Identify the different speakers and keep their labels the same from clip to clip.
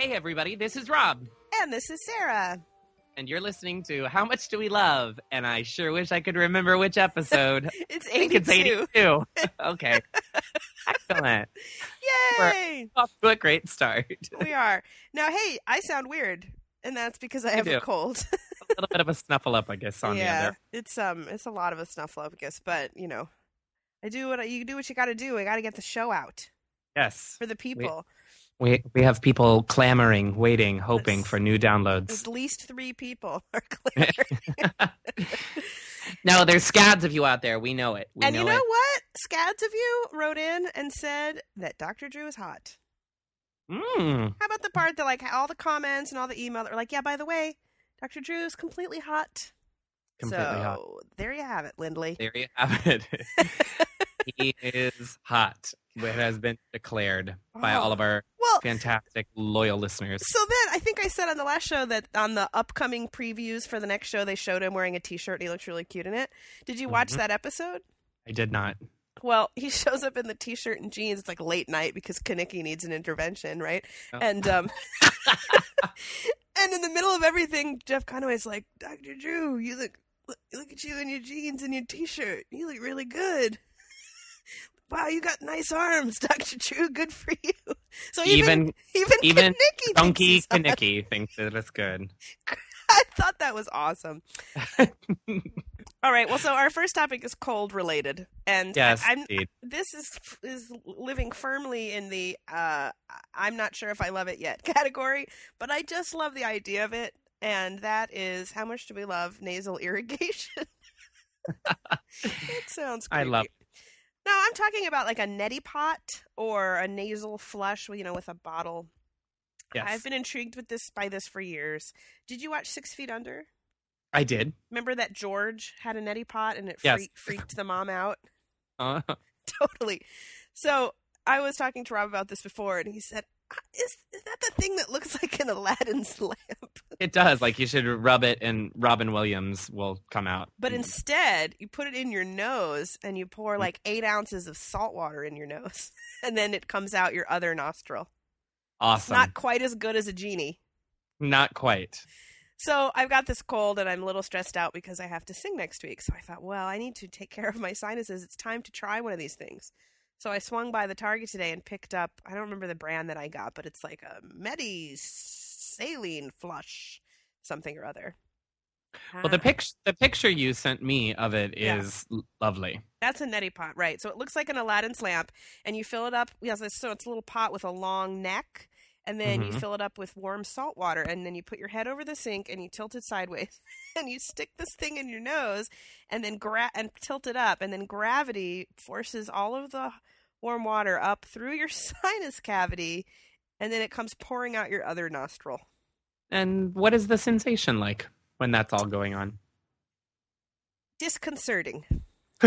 Speaker 1: everybody. This is Rob,
Speaker 2: And this is Sarah.
Speaker 1: and you're listening to How Much Do We Love? And I sure wish I could remember which episode.
Speaker 2: It's
Speaker 1: I think it's
Speaker 2: 82.
Speaker 1: 82. okay. Excellent.
Speaker 2: Yay!
Speaker 1: Off to a great start.
Speaker 2: we are. Now, hey, I sound weird, and that's because I have
Speaker 1: do.
Speaker 2: a cold.
Speaker 1: a little bit of a snuffle up, I guess, on the
Speaker 2: yeah,
Speaker 1: other.
Speaker 2: it's um, it's a lot of a snuffleupagus, but you know, I do what I, you do what you got to do. I got to get the show out
Speaker 1: Yes.
Speaker 2: for the people.
Speaker 1: We, we have people clamoring, waiting, hoping
Speaker 2: Yes.
Speaker 1: for new downloads.
Speaker 2: At least three people are clear.
Speaker 1: No, there's scads of you out there. We know it. We
Speaker 2: and you know
Speaker 1: it.
Speaker 2: what? Scads of you wrote in and said that Dr. Drew is hot.
Speaker 1: Mm.
Speaker 2: How about the part that like all the comments and all the email that were like, yeah, by the way, Dr. Drew is completely hot.
Speaker 1: Completely
Speaker 2: so
Speaker 1: hot.
Speaker 2: there you have it, Lindley.
Speaker 1: There you have it. he is hot. It has been declared by
Speaker 2: Oh.
Speaker 1: all of our
Speaker 2: Well,
Speaker 1: fantastic, loyal listeners.
Speaker 2: so then I think I said on the last show that on the upcoming previews for the next show, they showed him wearing a T-shirt. and He looks really cute in it. Did you watch
Speaker 1: Mhm.
Speaker 2: that episode?
Speaker 1: I did not.
Speaker 2: Well, he shows up in the T-shirt and jeans. It's like late night because Kanicki needs an intervention, right?
Speaker 1: Oh.
Speaker 2: And um, and in the middle of everything, Jeff Conway's like, "Doctor Drew, you look look look at you in your jeans and your T-shirt. You look really good." Wow, you got nice arms, Doctor Drew. Good for you. So even
Speaker 1: Even
Speaker 2: even
Speaker 1: even
Speaker 2: Kanicki thinks
Speaker 1: Donkey
Speaker 2: he's hot.
Speaker 1: Kanicki thinks that it's good.
Speaker 2: I thought that was awesome. All right. Well, so our first topic is cold related, and
Speaker 1: Yes,
Speaker 2: I, I'm
Speaker 1: indeed.
Speaker 2: this is is living firmly in the uh I'm not sure if I love it yet category, but I just love the idea of it and that is how much do we love nasal irrigation? it sounds
Speaker 1: I
Speaker 2: creepy.
Speaker 1: love
Speaker 2: No, I'm talking about like a neti pot or a nasal flush, you know, with a bottle.
Speaker 1: Yes.
Speaker 2: I've been intrigued with this by this for years. Did you watch 6 Feet Under?
Speaker 1: I did.
Speaker 2: Remember that George had a neti pot and it
Speaker 1: Yes.
Speaker 2: freak, freaked the mom out?
Speaker 1: Uh,
Speaker 2: totally. So I was talking to Rob about this before, and he said, "Is is that the thing that looks like an Aladdin's lamp?"
Speaker 1: it does. Like you should rub it, and Robin Williams will come out.
Speaker 2: But
Speaker 1: and
Speaker 2: instead, you put it in your nose, and you pour
Speaker 1: Mm.
Speaker 2: like eight ounces of salt water in your nose, and then it comes out your other nostril. It's
Speaker 1: awesome.
Speaker 2: not quite as good as a genie.
Speaker 1: Not quite.
Speaker 2: So I've got this cold, and I'm a little stressed out because I have to sing next week. So I thought, well, I need to take care of my sinuses. It's time to try one of these things. So I swung by the Target today and picked up, I don't remember the brand that I got, but it's like a Medi saline flush, something or other.
Speaker 1: Well, the
Speaker 2: Ah,
Speaker 1: picture the picture you sent me of it
Speaker 2: Yeah.
Speaker 1: is l- lovely.
Speaker 2: that's a neti pot, right? So it looks like an Aladdin's lamp, and you fill it up. Yes, so it's a little pot with a long neck, and then you
Speaker 1: Mhm.
Speaker 2: fill it up with warm salt water, and then you put your head over the sink and you tilt it sideways, and you stick this thing in your nose, and then gra- and tilt it up, and then gravity forces all of the warm water up through your sinus cavity, and then it comes pouring out your other nostril.
Speaker 1: And what is the sensation like when that's all going on?
Speaker 2: Disconcerting.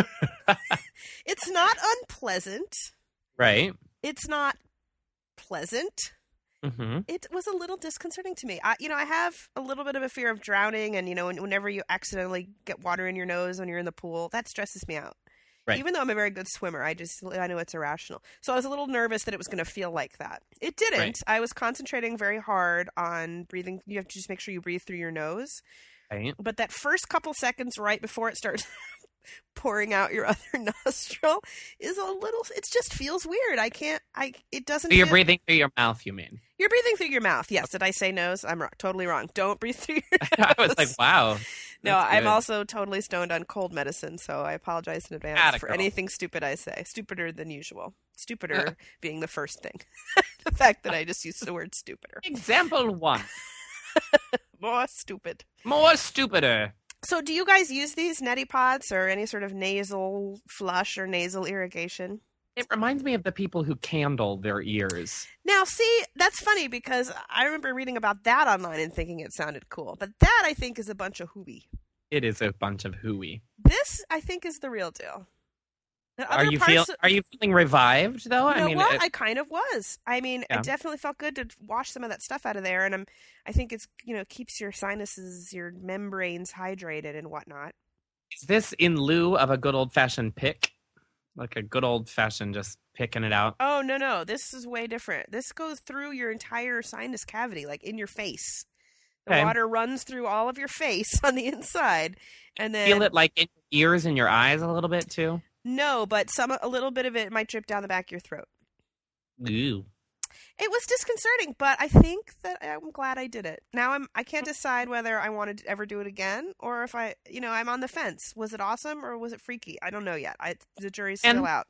Speaker 2: it's not unpleasant.
Speaker 1: Right.
Speaker 2: It's not pleasant.
Speaker 1: Mm-hmm.
Speaker 2: it was a little disconcerting to me. I, you know, I have a little bit of a fear of drowning, and you know, when- whenever you accidentally get water in your nose when you're in the pool, that stresses me out.
Speaker 1: Right.
Speaker 2: Even though I'm a very good swimmer, I just I know it's irrational. So I was a little nervous that it was going to feel like that. It didn't.
Speaker 1: Right.
Speaker 2: I was concentrating very hard on breathing. You have to just make sure you breathe through your nose.
Speaker 1: Right.
Speaker 2: But that first couple seconds right before it starts pouring out your other nostril is a little. It just feels weird. I can't. I. It doesn't.
Speaker 1: So you're
Speaker 2: feel-
Speaker 1: breathing through your mouth. You mean?
Speaker 2: you're breathing through your mouth. Yes. Did I say nose? I'm wrong. totally wrong. Don't breathe through your
Speaker 1: I was like, wow.
Speaker 2: No,
Speaker 1: that's
Speaker 2: I'm
Speaker 1: good.
Speaker 2: also totally stoned on cold medicine, so I apologize in advance
Speaker 1: Atta
Speaker 2: for
Speaker 1: girl.
Speaker 2: anything stupid I say. Stupider than usual. Stupider being the first thing. the fact that I just used the word stupider.
Speaker 1: Example one.
Speaker 2: More stupid.
Speaker 1: More stupider.
Speaker 2: So do you guys use these neti pots or any sort of nasal flush or nasal irrigation?
Speaker 1: It reminds me of the people who candle their ears.
Speaker 2: Now, see, that's funny because I remember reading about that online and thinking it sounded cool. But that I think is a bunch of hooey.
Speaker 1: It is a bunch of hooey.
Speaker 2: This, I think, is the real deal. The
Speaker 1: Are
Speaker 2: other
Speaker 1: you
Speaker 2: parts-
Speaker 1: feel? Are you feeling revived though?
Speaker 2: You know
Speaker 1: I mean, uh,
Speaker 2: what?
Speaker 1: it-
Speaker 2: I kind of was. I mean,
Speaker 1: Yeah.
Speaker 2: it definitely felt good to wash some of that stuff out of there, and I'm. I think it's you know keeps your sinuses, your membranes hydrated and whatnot.
Speaker 1: is this in lieu of a good old fashioned pick? like a good old fashioned just picking it out.
Speaker 2: Oh no no, this is way different. This goes through your entire sinus cavity, like in your face. The
Speaker 1: Okay.
Speaker 2: water runs through all of your face on the inside, and then
Speaker 1: Feel it like in your ears and your eyes a little bit too.
Speaker 2: no, but some a little bit of it might drip down the back of your throat.
Speaker 1: Ooh.
Speaker 2: It was disconcerting, but I think that I'm glad I did it. Now I'm I
Speaker 1: Mm.
Speaker 2: can't decide whether I want to ever do it again or if I you know I'm on the fence. Was it awesome or was it freaky? I don't know yet. I the jury's still
Speaker 1: And-
Speaker 2: out.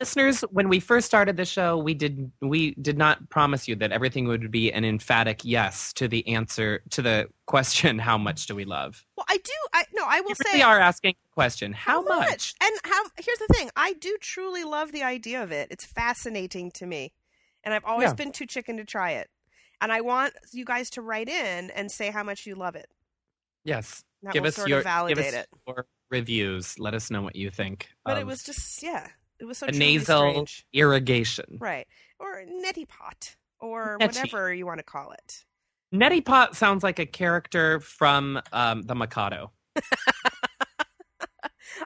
Speaker 1: Listeners, when we first started the show, we did we did not promise you that everything would be an emphatic yes to the answer to the question how much do we love?
Speaker 2: Well, I do. I no, I will
Speaker 1: We
Speaker 2: say
Speaker 1: really are asking the question how, much?
Speaker 2: And how here's the thing, I do truly love the idea of it. It's fascinating to me. And I've always
Speaker 1: Yeah.
Speaker 2: been too chicken to try it. And I want you guys to write in and say how much you love it.
Speaker 1: Yes.
Speaker 2: That
Speaker 1: give
Speaker 2: will
Speaker 1: us
Speaker 2: sort
Speaker 1: your
Speaker 2: of validate
Speaker 1: give us
Speaker 2: it.
Speaker 1: your reviews. Let us know what you think.
Speaker 2: But it
Speaker 1: of
Speaker 2: was just yeah. It was so
Speaker 1: a
Speaker 2: truly
Speaker 1: nasal
Speaker 2: strange.
Speaker 1: irrigation.
Speaker 2: Right. Or neti pot or
Speaker 1: Neti.
Speaker 2: whatever you want to call it.
Speaker 1: Nettie Pot sounds like a character from um, the Mikado.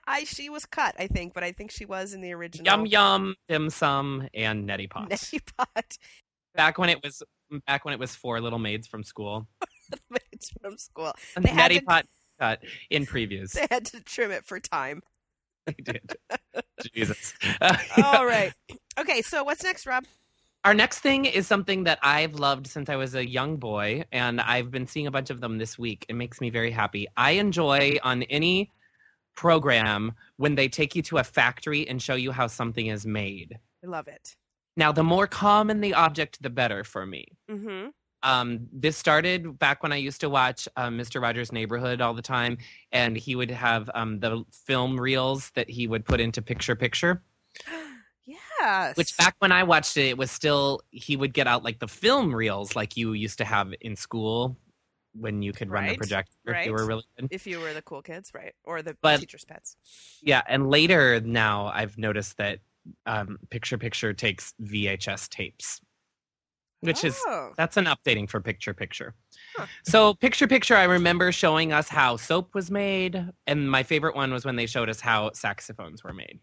Speaker 2: I she was cut, I think, but I think she was in the original
Speaker 1: Yum Yum, Dim Sum, and Nettie Pot.
Speaker 2: neti pot
Speaker 1: Back when it was back when it was four little maids from school.
Speaker 2: It's from school.
Speaker 1: And
Speaker 2: They had
Speaker 1: Nettie
Speaker 2: to-
Speaker 1: Pot cut in previews.
Speaker 2: They had to trim it for time.
Speaker 1: They did. Jesus.
Speaker 2: All right. Okay, so what's next, Rob?
Speaker 1: Our next thing is something that I've loved since I was a young boy, and I've been seeing a bunch of them this week. It makes me very happy. I enjoy on any program when they take you to a factory and show you how something is made.
Speaker 2: I love it.
Speaker 1: Now, the more common the object, the better for me.
Speaker 2: Mm-hmm.
Speaker 1: um, this started back when I used to watch um, Mr. Rogers' Neighborhood all the time, and he would have um, the film reels that he would put into picture picture.
Speaker 2: yes.
Speaker 1: Which back when I watched it, it was still he would get out like the film reels like you used to have in school when you could run the
Speaker 2: Right,
Speaker 1: projector if you
Speaker 2: right.
Speaker 1: were really good.
Speaker 2: if you were the cool kids, right? Or the
Speaker 1: But-
Speaker 2: teacher's pets.
Speaker 1: Yeah, and later now I've noticed that um, picture picture takes VHS tapes, which is
Speaker 2: Oh.
Speaker 1: That's an updating for picture picture.
Speaker 2: Huh.
Speaker 1: So picture picture, I remember showing us how soap was made, and my favorite one was when they showed us how saxophones were made.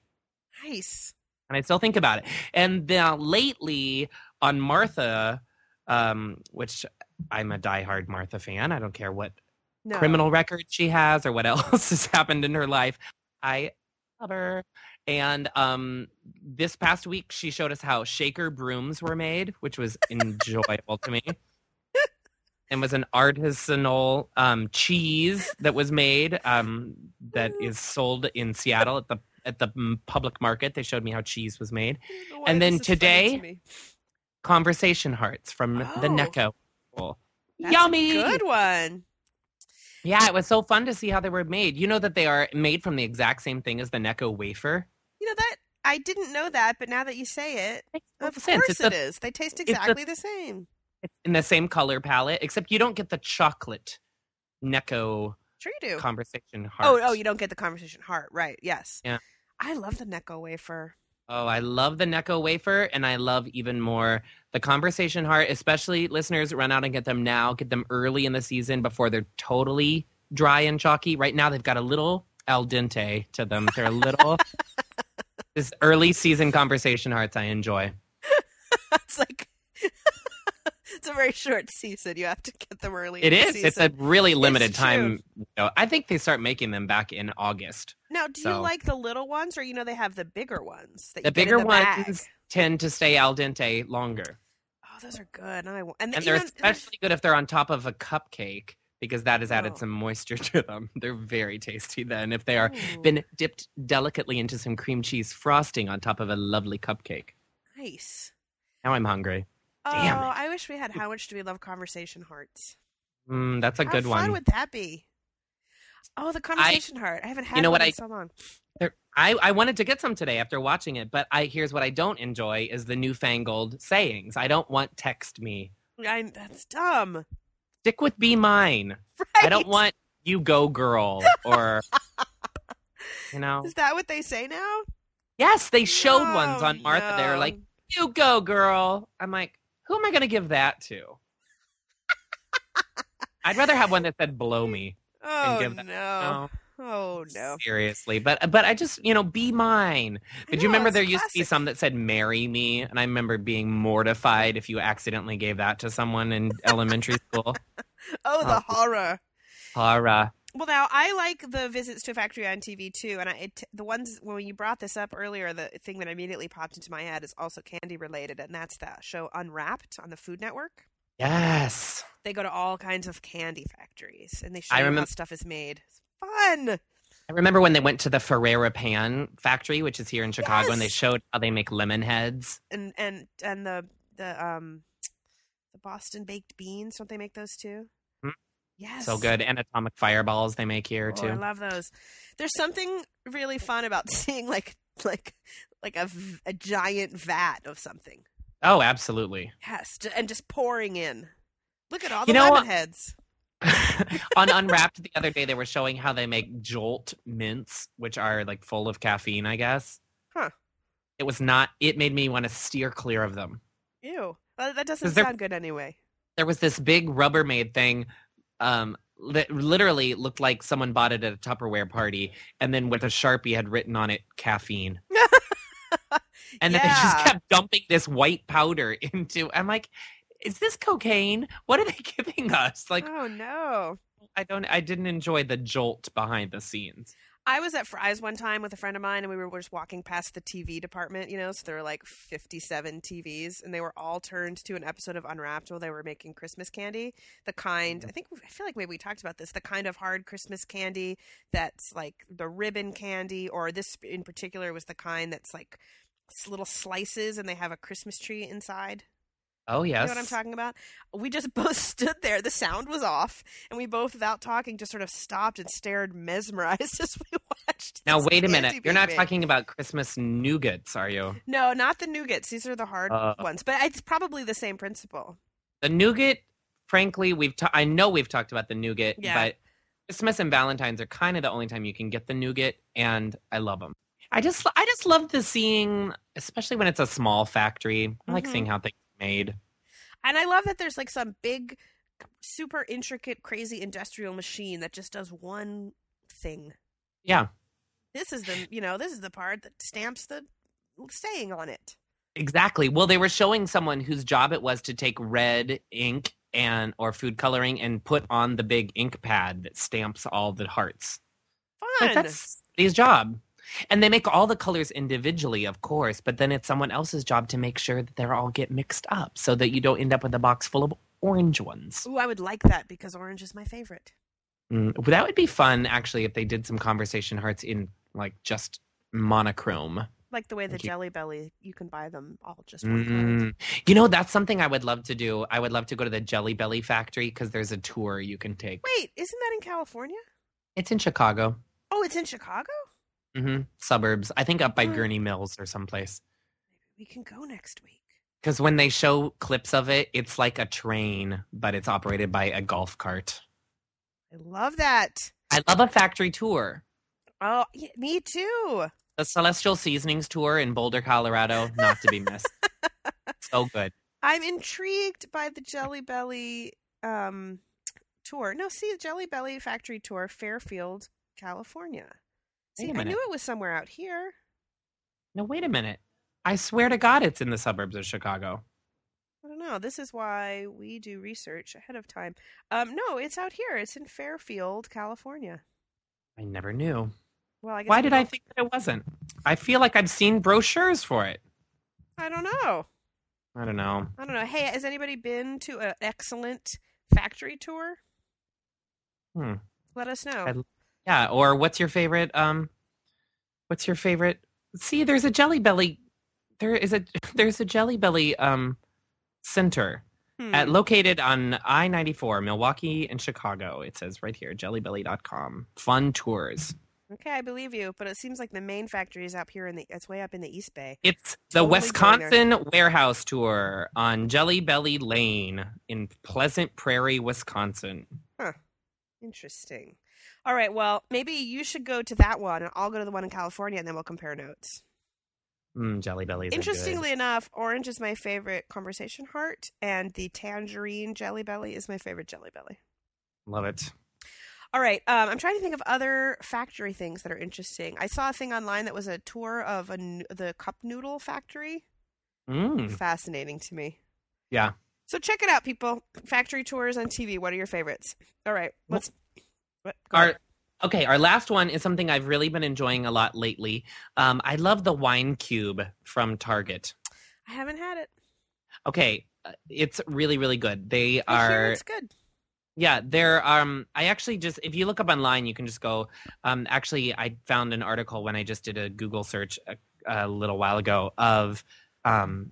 Speaker 2: nice.
Speaker 1: And I still think about it. And now lately on Martha, um, which I'm a diehard Martha fan. I don't care what
Speaker 2: No.
Speaker 1: criminal record she has or what else has happened in her life. I love her. And um, this past week, she showed us how shaker brooms were made, which was enjoyable to me. And was an artisanal um, cheese that was made um, that is sold in Seattle at the at the mm, public market. They showed me how cheese was made.
Speaker 2: I don't know why
Speaker 1: and then
Speaker 2: this is funny
Speaker 1: today-
Speaker 2: to me.
Speaker 1: Conversation hearts from the
Speaker 2: Oh.
Speaker 1: Necco. Bowl.
Speaker 2: That's a
Speaker 1: Yummy!
Speaker 2: good one.
Speaker 1: Yeah, it was so fun to see how they were made. You know that they are made from the exact same thing as the Necco wafer.
Speaker 2: You know that I didn't know that, but now that you say it,
Speaker 1: Makes no
Speaker 2: of
Speaker 1: sense.
Speaker 2: course
Speaker 1: It's
Speaker 2: it
Speaker 1: a-
Speaker 2: is. They taste
Speaker 1: a-
Speaker 2: exactly the same.
Speaker 1: in the same color palette, except you don't get the chocolate Necco
Speaker 2: Sure you do.
Speaker 1: conversation heart.
Speaker 2: Oh, oh, you don't get the conversation heart, right? Yes.
Speaker 1: Yeah.
Speaker 2: I love the Necco wafer.
Speaker 1: Oh, I love the Necco wafer, and I love even more the conversation heart. Especially listeners, run out and get them now. Get them early in the season before they're totally dry and chalky. Right now, they've got a little al dente to them. They're a little. this early season conversation hearts I enjoy.
Speaker 2: That's like it's a very short season. You have to get them early.
Speaker 1: It
Speaker 2: in the
Speaker 1: is. It's a
Speaker 2: season.
Speaker 1: really limited
Speaker 2: It's
Speaker 1: time. window. I think they start making them back in August.
Speaker 2: Now, do you
Speaker 1: So-
Speaker 2: like the little ones, or you know they have the bigger ones? That
Speaker 1: The
Speaker 2: you get in
Speaker 1: bigger
Speaker 2: the bag?
Speaker 1: ones tend to stay al dente longer,
Speaker 2: Oh, those are good. And I want, and,
Speaker 1: and
Speaker 2: you
Speaker 1: they're
Speaker 2: know, there's-
Speaker 1: especially good if they're on top of a cupcake because that has added
Speaker 2: Oh.
Speaker 1: some moisture to them. They're very tasty then if they are
Speaker 2: Ooh,
Speaker 1: been dipped delicately into some cream cheese frosting on top of a lovely cupcake.
Speaker 2: nice.
Speaker 1: Now I'm hungry.
Speaker 2: Oh,
Speaker 1: Damn it.
Speaker 2: I wish we had. How much do we love conversation hearts?
Speaker 1: Mm, that's a
Speaker 2: How
Speaker 1: good
Speaker 2: fun
Speaker 1: one.
Speaker 2: would that be? Oh, the conversation heart. I haven't had
Speaker 1: know
Speaker 2: one
Speaker 1: what
Speaker 2: in
Speaker 1: I-
Speaker 2: so long.
Speaker 1: There, I, I wanted to get some today after watching it, but I here's what I don't enjoy is the newfangled sayings. I don't want text me.
Speaker 2: I'm, that's dumb.
Speaker 1: Stick with be mine.
Speaker 2: Right?
Speaker 1: I don't want you go girl or you know.
Speaker 2: Is that what they say now? Oh,
Speaker 1: Yes, they showed ones
Speaker 2: No,
Speaker 1: on Martha. They were like,
Speaker 2: no.
Speaker 1: "You go girl." I'm like, "Who am I going to give that to?" I'd rather have one that said "blow me."
Speaker 2: oh
Speaker 1: give that-
Speaker 2: no.
Speaker 1: No.
Speaker 2: Oh no.
Speaker 1: Seriously, but but I just you know be mine. But do you
Speaker 2: know,
Speaker 1: remember
Speaker 2: it's
Speaker 1: there used to be
Speaker 2: classic.
Speaker 1: some that said "marry me," and I remember being mortified if you accidentally gave that to someone in elementary school.
Speaker 2: Oh, the
Speaker 1: Oh.
Speaker 2: horror.
Speaker 1: Horror.
Speaker 2: Well, now I like the visits to a factory on TV too, and I it, the ones when you brought this up earlier, the thing that immediately popped into my head is also candy related, and that's the show Unwrapped on the Food Network.
Speaker 1: Yes.
Speaker 2: They go to all kinds of candy factories, and they show
Speaker 1: I
Speaker 2: you how
Speaker 1: remem-
Speaker 2: stuff is made. It's fun.
Speaker 1: I remember when they went to the Ferrera Pan factory, which is here in Chicago, and they
Speaker 2: Yes.
Speaker 1: showed how they make lemon heads.
Speaker 2: and and and the the um the Boston baked beans. Don't they make those too?
Speaker 1: Mm.
Speaker 2: Yes,
Speaker 1: So good. And atomic fireballs they make here
Speaker 2: Oh, I
Speaker 1: too.
Speaker 2: love those. There's something really fun about seeing like like like a, v- a giant vat of something.
Speaker 1: Oh, absolutely.
Speaker 2: Yes, ju- and just pouring in. Look at all the
Speaker 1: You know
Speaker 2: lemon
Speaker 1: what?
Speaker 2: heads.
Speaker 1: on Unwrapped the other day, they were showing how they make Jolt mints, which are like full of caffeine, I guess.
Speaker 2: Huh.
Speaker 1: It was not, it made me want to steer clear of them.
Speaker 2: Ew, well, that doesn't
Speaker 1: there-
Speaker 2: sound good anyway.
Speaker 1: There was this big Rubbermaid thing um, that literally looked like someone bought it at a Tupperware party and then with a Sharpie had written on it caffeine. and then they
Speaker 2: Yeah.
Speaker 1: just kept dumping this white powder into, I'm like, is this cocaine? What are they giving us? Like,
Speaker 2: oh no.
Speaker 1: I don't, I didn't enjoy the jolt behind the scenes.
Speaker 2: I was at Fry's one time with a friend of mine, and we were just walking past the TV department, you know, so there were like 57 TVs, and they were all turned to an episode of Unwrapped while they were making Christmas candy. The kind, I think, I feel like maybe we talked about this, the kind of hard Christmas candy that's like the ribbon candy, or this in particular was the kind that's like s- little slices and they have a Christmas tree inside.
Speaker 1: Oh yes.
Speaker 2: You know what I'm talking about? We just both stood there. The sound was off, and we both, without talking, just sort of stopped and stared mesmerized as we watched.
Speaker 1: Now
Speaker 2: this
Speaker 1: wait a
Speaker 2: candy
Speaker 1: minute. You're
Speaker 2: being
Speaker 1: not
Speaker 2: made.
Speaker 1: talking about Christmas nougats, are you?
Speaker 2: No, not the nougats. These are the hard
Speaker 1: Uh.
Speaker 2: ones, but it's probably the same principle.
Speaker 1: The nougat, frankly, we've ta- I know we've talked about the nougat,
Speaker 2: Yeah.
Speaker 1: but Christmas and Valentine's are kind of the only time you can get the nougat, and I love them. I just I just love the seeing, especially when it's a small factory. I like
Speaker 2: Mhm.
Speaker 1: seeing how things are made.
Speaker 2: And I love that there's like some big, super intricate, crazy industrial machine that just does one thing.
Speaker 1: Yeah,
Speaker 2: This is the you know this is the part that stamps the saying on it.
Speaker 1: exactly. Well, they were showing someone whose job it was to take red ink and or food coloring and put on the big ink pad that stamps all the hearts.
Speaker 2: Fun.
Speaker 1: Like, that's his job. And they make all the colors individually, of course, but then it's someone else's job to make sure that they all get mixed up so that you don't end up with a box full of orange ones.
Speaker 2: Ooh, I would like that because orange is my favorite.
Speaker 1: Mm, that would be fun, actually, if they did some conversation hearts in like just monochrome.
Speaker 2: Like the way the
Speaker 1: Thank you.
Speaker 2: Jelly Belly, you can buy them all just one color.
Speaker 1: Mm. You know, that's something I would love to do. I would love to go to the Jelly Belly factory because there's a tour you can take.
Speaker 2: Wait, isn't that in California?
Speaker 1: It's in Chicago,
Speaker 2: Oh, it's in Chicago.
Speaker 1: hmm suburbs. I think up by
Speaker 2: Huh.
Speaker 1: Gurney Mills or someplace.
Speaker 2: We can go next week.
Speaker 1: Because when they show clips of it, it's like a train, but it's operated by a golf cart.
Speaker 2: I love that.
Speaker 1: I love a factory tour.
Speaker 2: Oh, yeah, me too.
Speaker 1: The Celestial Seasonings Tour in Boulder, Colorado, not to be missed. so good.
Speaker 2: I'm intrigued by the Jelly Belly um, tour. No, see, Jelly Belly Factory Tour, Fairfield, California.
Speaker 1: Wait
Speaker 2: See,
Speaker 1: a
Speaker 2: I
Speaker 1: minute.
Speaker 2: knew it was somewhere out here.
Speaker 1: No, wait a minute. I swear to God, it's in the suburbs of Chicago.
Speaker 2: I don't know. This is why we do research ahead of time. Um, no, it's out here. It's in Fairfield, California.
Speaker 1: I never knew.
Speaker 2: Well, I guess
Speaker 1: Why
Speaker 2: we
Speaker 1: did I
Speaker 2: don't-
Speaker 1: think that it wasn't? I feel like I've seen brochures for it.
Speaker 2: I don't know.
Speaker 1: I don't know.
Speaker 2: I don't know. Hey, has anybody been to an excellent factory tour?
Speaker 1: Hmm.
Speaker 2: Let us know.
Speaker 1: I'd- Yeah, or what's your favorite? Um, what's your favorite? See, there's a Jelly Belly. There is a there's a Jelly Belly um center
Speaker 2: Hmm.
Speaker 1: at located on I ninety four, Milwaukee and Chicago. It says right here, JellyBelly.com. Fun tours.
Speaker 2: Okay, I believe you, but it seems like the main factory is up here in the. It's way up in the East Bay.
Speaker 1: It's the
Speaker 2: Totally going there.
Speaker 1: Wisconsin Warehouse Tour on Jelly Belly Lane in Pleasant Prairie, Wisconsin.
Speaker 2: Interesting. All right, well, maybe you should go to that one, and I'll go to the one in California, and then we'll compare notes.
Speaker 1: Mm, Jelly Bellies. are good.
Speaker 2: Interestingly enough, orange is my favorite conversation heart, and the tangerine jelly belly is my favorite jelly belly.
Speaker 1: love it.
Speaker 2: All right. Um, I'm trying to think of other factory things that are interesting. I saw a thing online that was a tour of a, n- the cup noodle factory.
Speaker 1: Mm.
Speaker 2: Fascinating to me.
Speaker 1: Yeah.
Speaker 2: So check it out, people. Factory tours on TV. What are your favorites? All right. Let's. What, go
Speaker 1: Our,
Speaker 2: ahead.
Speaker 1: okay, our last one is something I've really been enjoying a lot lately. Um, I love the wine cube from Target.
Speaker 2: I haven't had it.
Speaker 1: Okay, uh, it's really really good. They
Speaker 2: I hear
Speaker 1: are
Speaker 2: it's good.
Speaker 1: Yeah, there. Um, I actually just if you look up online, you can just go. Um, actually, I found an article when I just did a Google search a, a little while ago of, um,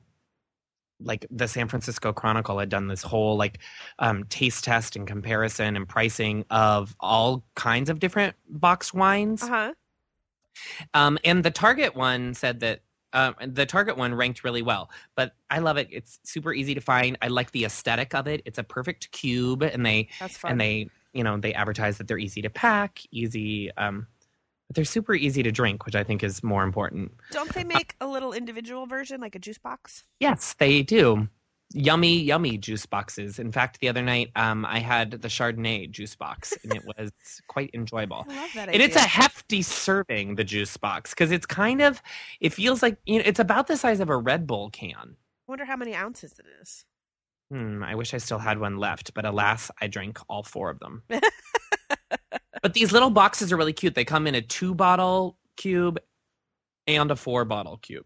Speaker 1: like the San Francisco Chronicle had done this whole like, um, taste test and comparison and pricing of all kinds of different box wines.
Speaker 2: Uh huh.
Speaker 1: Um, and the Target one said that um, the Target one ranked really well, but I love it. It's super easy to find. I like the aesthetic of it. It's a perfect cube, and they
Speaker 2: That's fun.
Speaker 1: and they you know they advertise that they're easy to pack easy um but they're super easy to drink which i think is more important
Speaker 2: Don't they make a little individual version, like a juice box?
Speaker 1: yes they do yummy yummy juice boxes in fact the other night um i had the chardonnay juice box and it was quite enjoyable
Speaker 2: I love that
Speaker 1: and
Speaker 2: idea.
Speaker 1: it's a hefty serving the juice box because it's kind of it feels like you know it's about the size of a red bull can
Speaker 2: wonder how many ounces it is.
Speaker 1: Hmm, I wish I still had one left, but alas, I drank all four of them. but these little boxes are really cute. They come in a two bottle cube and a four bottle cube.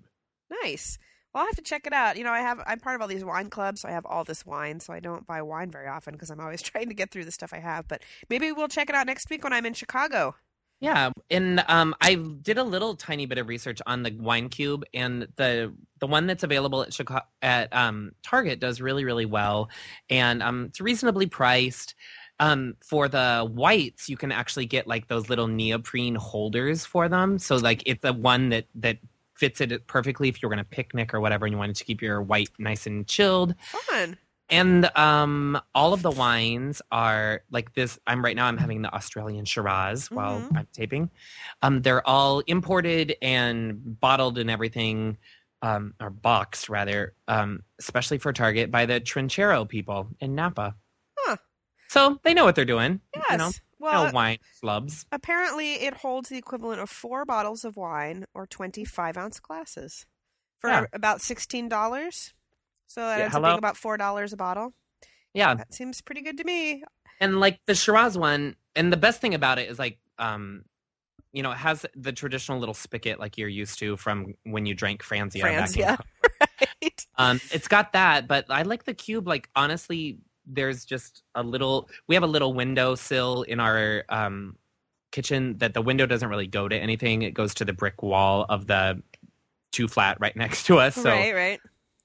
Speaker 2: Nice. Well, I'll have to check it out. You know, I have I'm part of all these wine clubs, so I have all this wine, so I don't buy wine very often because I'm always trying to get through the stuff I have. But maybe we'll check it out next week when I'm in Chicago.
Speaker 1: Yeah, and um, I did a little tiny bit of research on the wine cube, and the the one that's available at Chicago at um, Target does really really well, and um, it's reasonably priced. Um, for the whites, you can actually get like those little neoprene holders for them. So like it's the one that that fits it perfectly if you're going to picnic or whatever, and you wanted to keep your white nice and chilled
Speaker 2: Fun.
Speaker 1: and um all of the wines are like this i'm right now i'm having the australian shiraz while
Speaker 2: Mhm.
Speaker 1: i'm taping um they're all imported and bottled and everything um or boxed rather um especially for target by the trinchero people in napa
Speaker 2: Huh.
Speaker 1: so they know what they're doing
Speaker 2: Yes.
Speaker 1: you know
Speaker 2: well,
Speaker 1: no wine slubs
Speaker 2: apparently it holds the equivalent of four bottles of wine or 25 ounce glasses for
Speaker 1: Yeah.
Speaker 2: about $16. So that
Speaker 1: Yeah,
Speaker 2: ends up
Speaker 1: hello? Um,
Speaker 2: being about $4 a bottle.
Speaker 1: yeah
Speaker 2: That seems pretty good to me.
Speaker 1: and like the Shiraz one, and the best thing about it is like, um, you know, it has the traditional little spigot like you're used to from when you drank Franzia. back in-
Speaker 2: Franzia. Right?
Speaker 1: Um, it's got that, but I like the cube. Like honestly, there's just a little. We have a little window sill in our um, kitchen that the window doesn't really go to anything. It goes to the brick wall of the two flat right next to us. So
Speaker 2: right, right.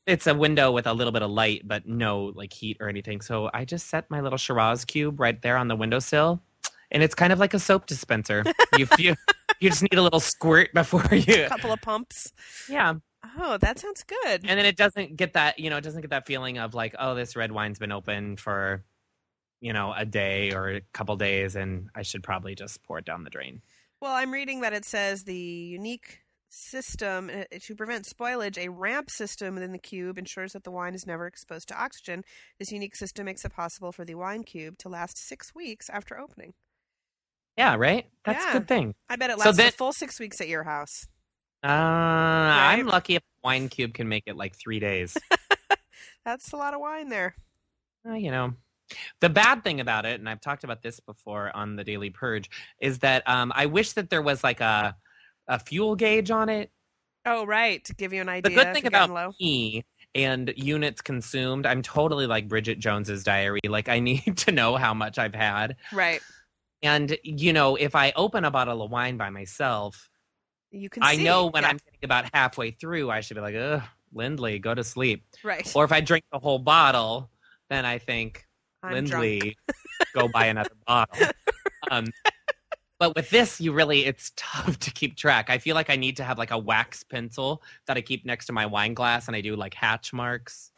Speaker 1: it's a window with a little bit of light, but no like heat or anything. So I just set my little Shiraz cube right there on the windowsill, and it's kind of like a soap dispenser. you, you you just need a little squirt before
Speaker 2: A
Speaker 1: you,
Speaker 2: couple of pumps.
Speaker 1: yeah.
Speaker 2: Oh, that sounds good.
Speaker 1: And then it doesn't get that you know it doesn't get that feeling of like oh this red wine's been open for you know a day or a couple days, and I should probably just pour it down the drain.
Speaker 2: Well, I'm reading that it says the unique system uh, to prevent spoilage, a ramp system within the cube ensures that the wine is never exposed to oxygen. This unique system makes it possible for the wine cube to last six weeks after opening.
Speaker 1: Yeah, right. That's
Speaker 2: Yeah.
Speaker 1: a good thing.
Speaker 2: I bet it
Speaker 1: So
Speaker 2: lasts the
Speaker 1: then-
Speaker 2: full six weeks at your house.
Speaker 1: Uh, I'm
Speaker 2: Right.
Speaker 1: lucky if wine cube can make it like three days.
Speaker 2: That's a lot of wine there.
Speaker 1: Uh, you know, the bad thing about it, and I've talked about this before on the Daily Purge, is that um, I wish that there was like a a fuel gauge on it.
Speaker 2: Oh, right. To give you an
Speaker 1: The
Speaker 2: idea.
Speaker 1: good
Speaker 2: if
Speaker 1: thing
Speaker 2: you're getting
Speaker 1: about
Speaker 2: low.
Speaker 1: me and units consumed, I'm totally like Bridget Jones's diary. Like I need to know how much I've had,
Speaker 2: Right.
Speaker 1: and you know, if I open a bottle of wine by myself,
Speaker 2: You can
Speaker 1: I
Speaker 2: see.
Speaker 1: know when
Speaker 2: Yeah,
Speaker 1: I'm getting about halfway through, I should be like, "Ugh, Lindley, go to sleep."
Speaker 2: Right.
Speaker 1: Or if I drink the whole bottle, then I think,
Speaker 2: I'm drunk.
Speaker 1: Lindley go buy another bottle. Um, but with this, you really it's tough to keep track. I feel like I need to have like a wax pencil that I keep next to my wine glass, and I do like hatch marks,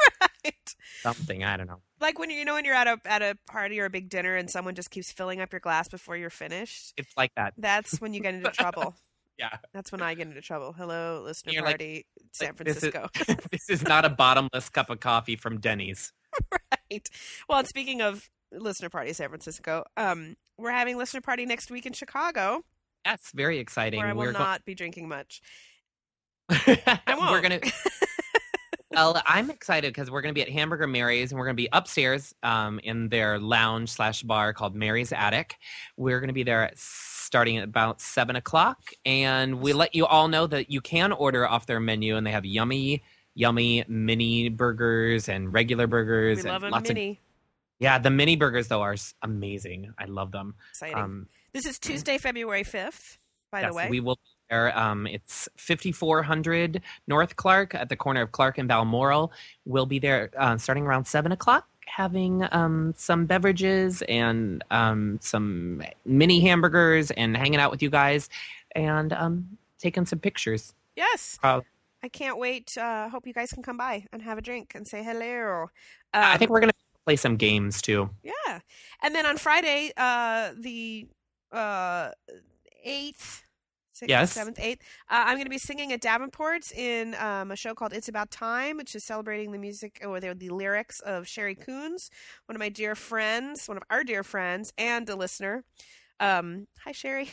Speaker 1: something I don't know.
Speaker 2: like when you're, you know, when you're at a at a party or a big dinner and someone just keeps filling up your glass before you're finished.
Speaker 1: It's like that.
Speaker 2: That's when you get into trouble.
Speaker 1: Yeah.
Speaker 2: That's when I get into trouble. Hello, listener
Speaker 1: You're like-
Speaker 2: party, San
Speaker 1: like, this is-
Speaker 2: Francisco.
Speaker 1: this is not a bottomless cup of coffee from Denny's.
Speaker 2: right. Well, and speaking of listener party San Francisco. Um, we're having listener party next week in Chicago,
Speaker 1: That's very exciting.
Speaker 2: where I will
Speaker 1: We're go-
Speaker 2: not be drinking much. I
Speaker 1: we're
Speaker 2: won't.
Speaker 1: gonna. well, I'm excited because we're gonna be at Hamburger Mary's and we're gonna be upstairs um, in their lounge slash bar called Mary's Attic. We're gonna be there at, starting at about seven o'clock, and we let you all know that you can order off their menu, and they have yummy, yummy mini burgers and regular
Speaker 2: We
Speaker 1: burgers and
Speaker 2: love a
Speaker 1: lots of
Speaker 2: mini.
Speaker 1: yeah. The mini burgers though are s- amazing. I love them.
Speaker 2: Exciting.
Speaker 1: Um,
Speaker 2: this is Tuesday, February fifth. By the
Speaker 1: Yes,
Speaker 2: way,
Speaker 1: we will be there. Um, it's 5400 North Clark at the corner of Clark and Balmoral. We'll be there uh, starting around 7 o'clock, having um, some beverages and um, some mini hamburgers and hanging out with you guys and um, taking some pictures.
Speaker 2: yes.
Speaker 1: Uh,
Speaker 2: I can't wait. Uh, hope you guys can come by and have a drink and say hello.
Speaker 1: I
Speaker 2: Um,
Speaker 1: think we're going to play some games too.
Speaker 2: Yeah. And then on Friday, uh the uh eighth, sixth,
Speaker 1: Yes.
Speaker 2: seventh, eighth, uh, I'm gonna be singing at Davenport's in um, a show called It's About Time, which is celebrating the music or the, the lyrics of Sherry Coons, one of my dear friends, one of our dear friends, and a listener. Um, hi Sherry.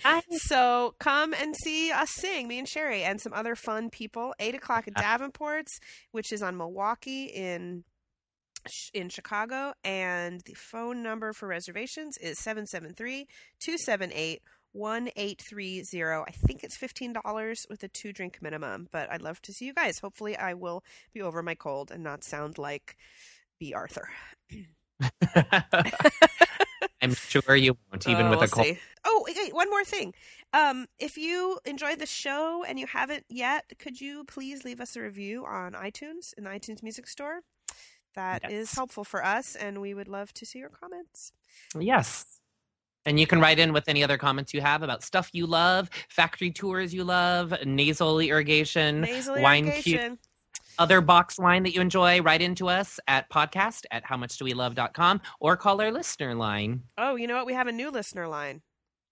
Speaker 2: So come and see us sing, me and Sherry, and some other fun people. Eight o'clock at Davenport's, which is on Milwaukee in in Chicago, and the phone number for reservations is 773-278-1830. I think it's $15 with a two drink minimum, but I'd love to see you guys. Hopefully I will be over my cold and not sound like B. Arthur.
Speaker 1: I'm sure you won't, even
Speaker 2: Uh,
Speaker 1: with a
Speaker 2: we'll
Speaker 1: cold.
Speaker 2: see. Oh, wait, wait, one more thing. Um, if you enjoyed the show and you haven't yet, could you please leave us a review on iTunes in the iTunes Music Store? That is
Speaker 1: Yes.
Speaker 2: helpful for us, and we would love to see your comments.
Speaker 1: Yes. And you can write in with any other comments you have about stuff you love, factory tours you love, nasal irrigation,
Speaker 2: Nasal
Speaker 1: wine
Speaker 2: irrigation.
Speaker 1: other box wine that you enjoy. Write in to us at podcast at howmuchdowelove.com or call our listener line.
Speaker 2: Oh, you know what? We have a new listener line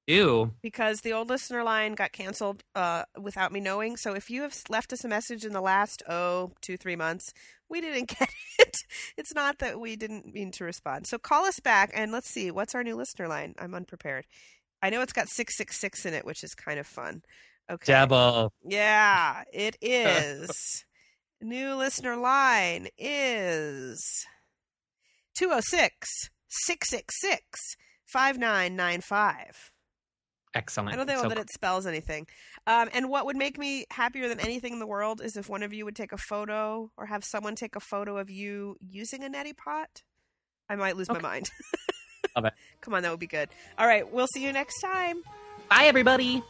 Speaker 1: Ew.
Speaker 2: because the old listener line got canceled uh, without me knowing. So if you have left us a message in the last oh two three months, we didn't get it. It's not that we didn't mean to respond. So call us back and let's see what's our new listener line. I'm unprepared. I know it's got six six six in it, which is kind of fun. Okay.
Speaker 1: Devil.
Speaker 2: Yeah, it is. New listener line is 206 666 5995.
Speaker 1: Excellent.
Speaker 2: I don't think
Speaker 1: So
Speaker 2: that it spells anything. Um, and what would make me happier than anything in the world is if one of you would take a photo or have someone take a photo of you using a neti pot. I might lose
Speaker 1: Okay.
Speaker 2: my mind.
Speaker 1: Love it.
Speaker 2: Come on, that would be good. All right, we'll see you next time.
Speaker 1: Bye, everybody.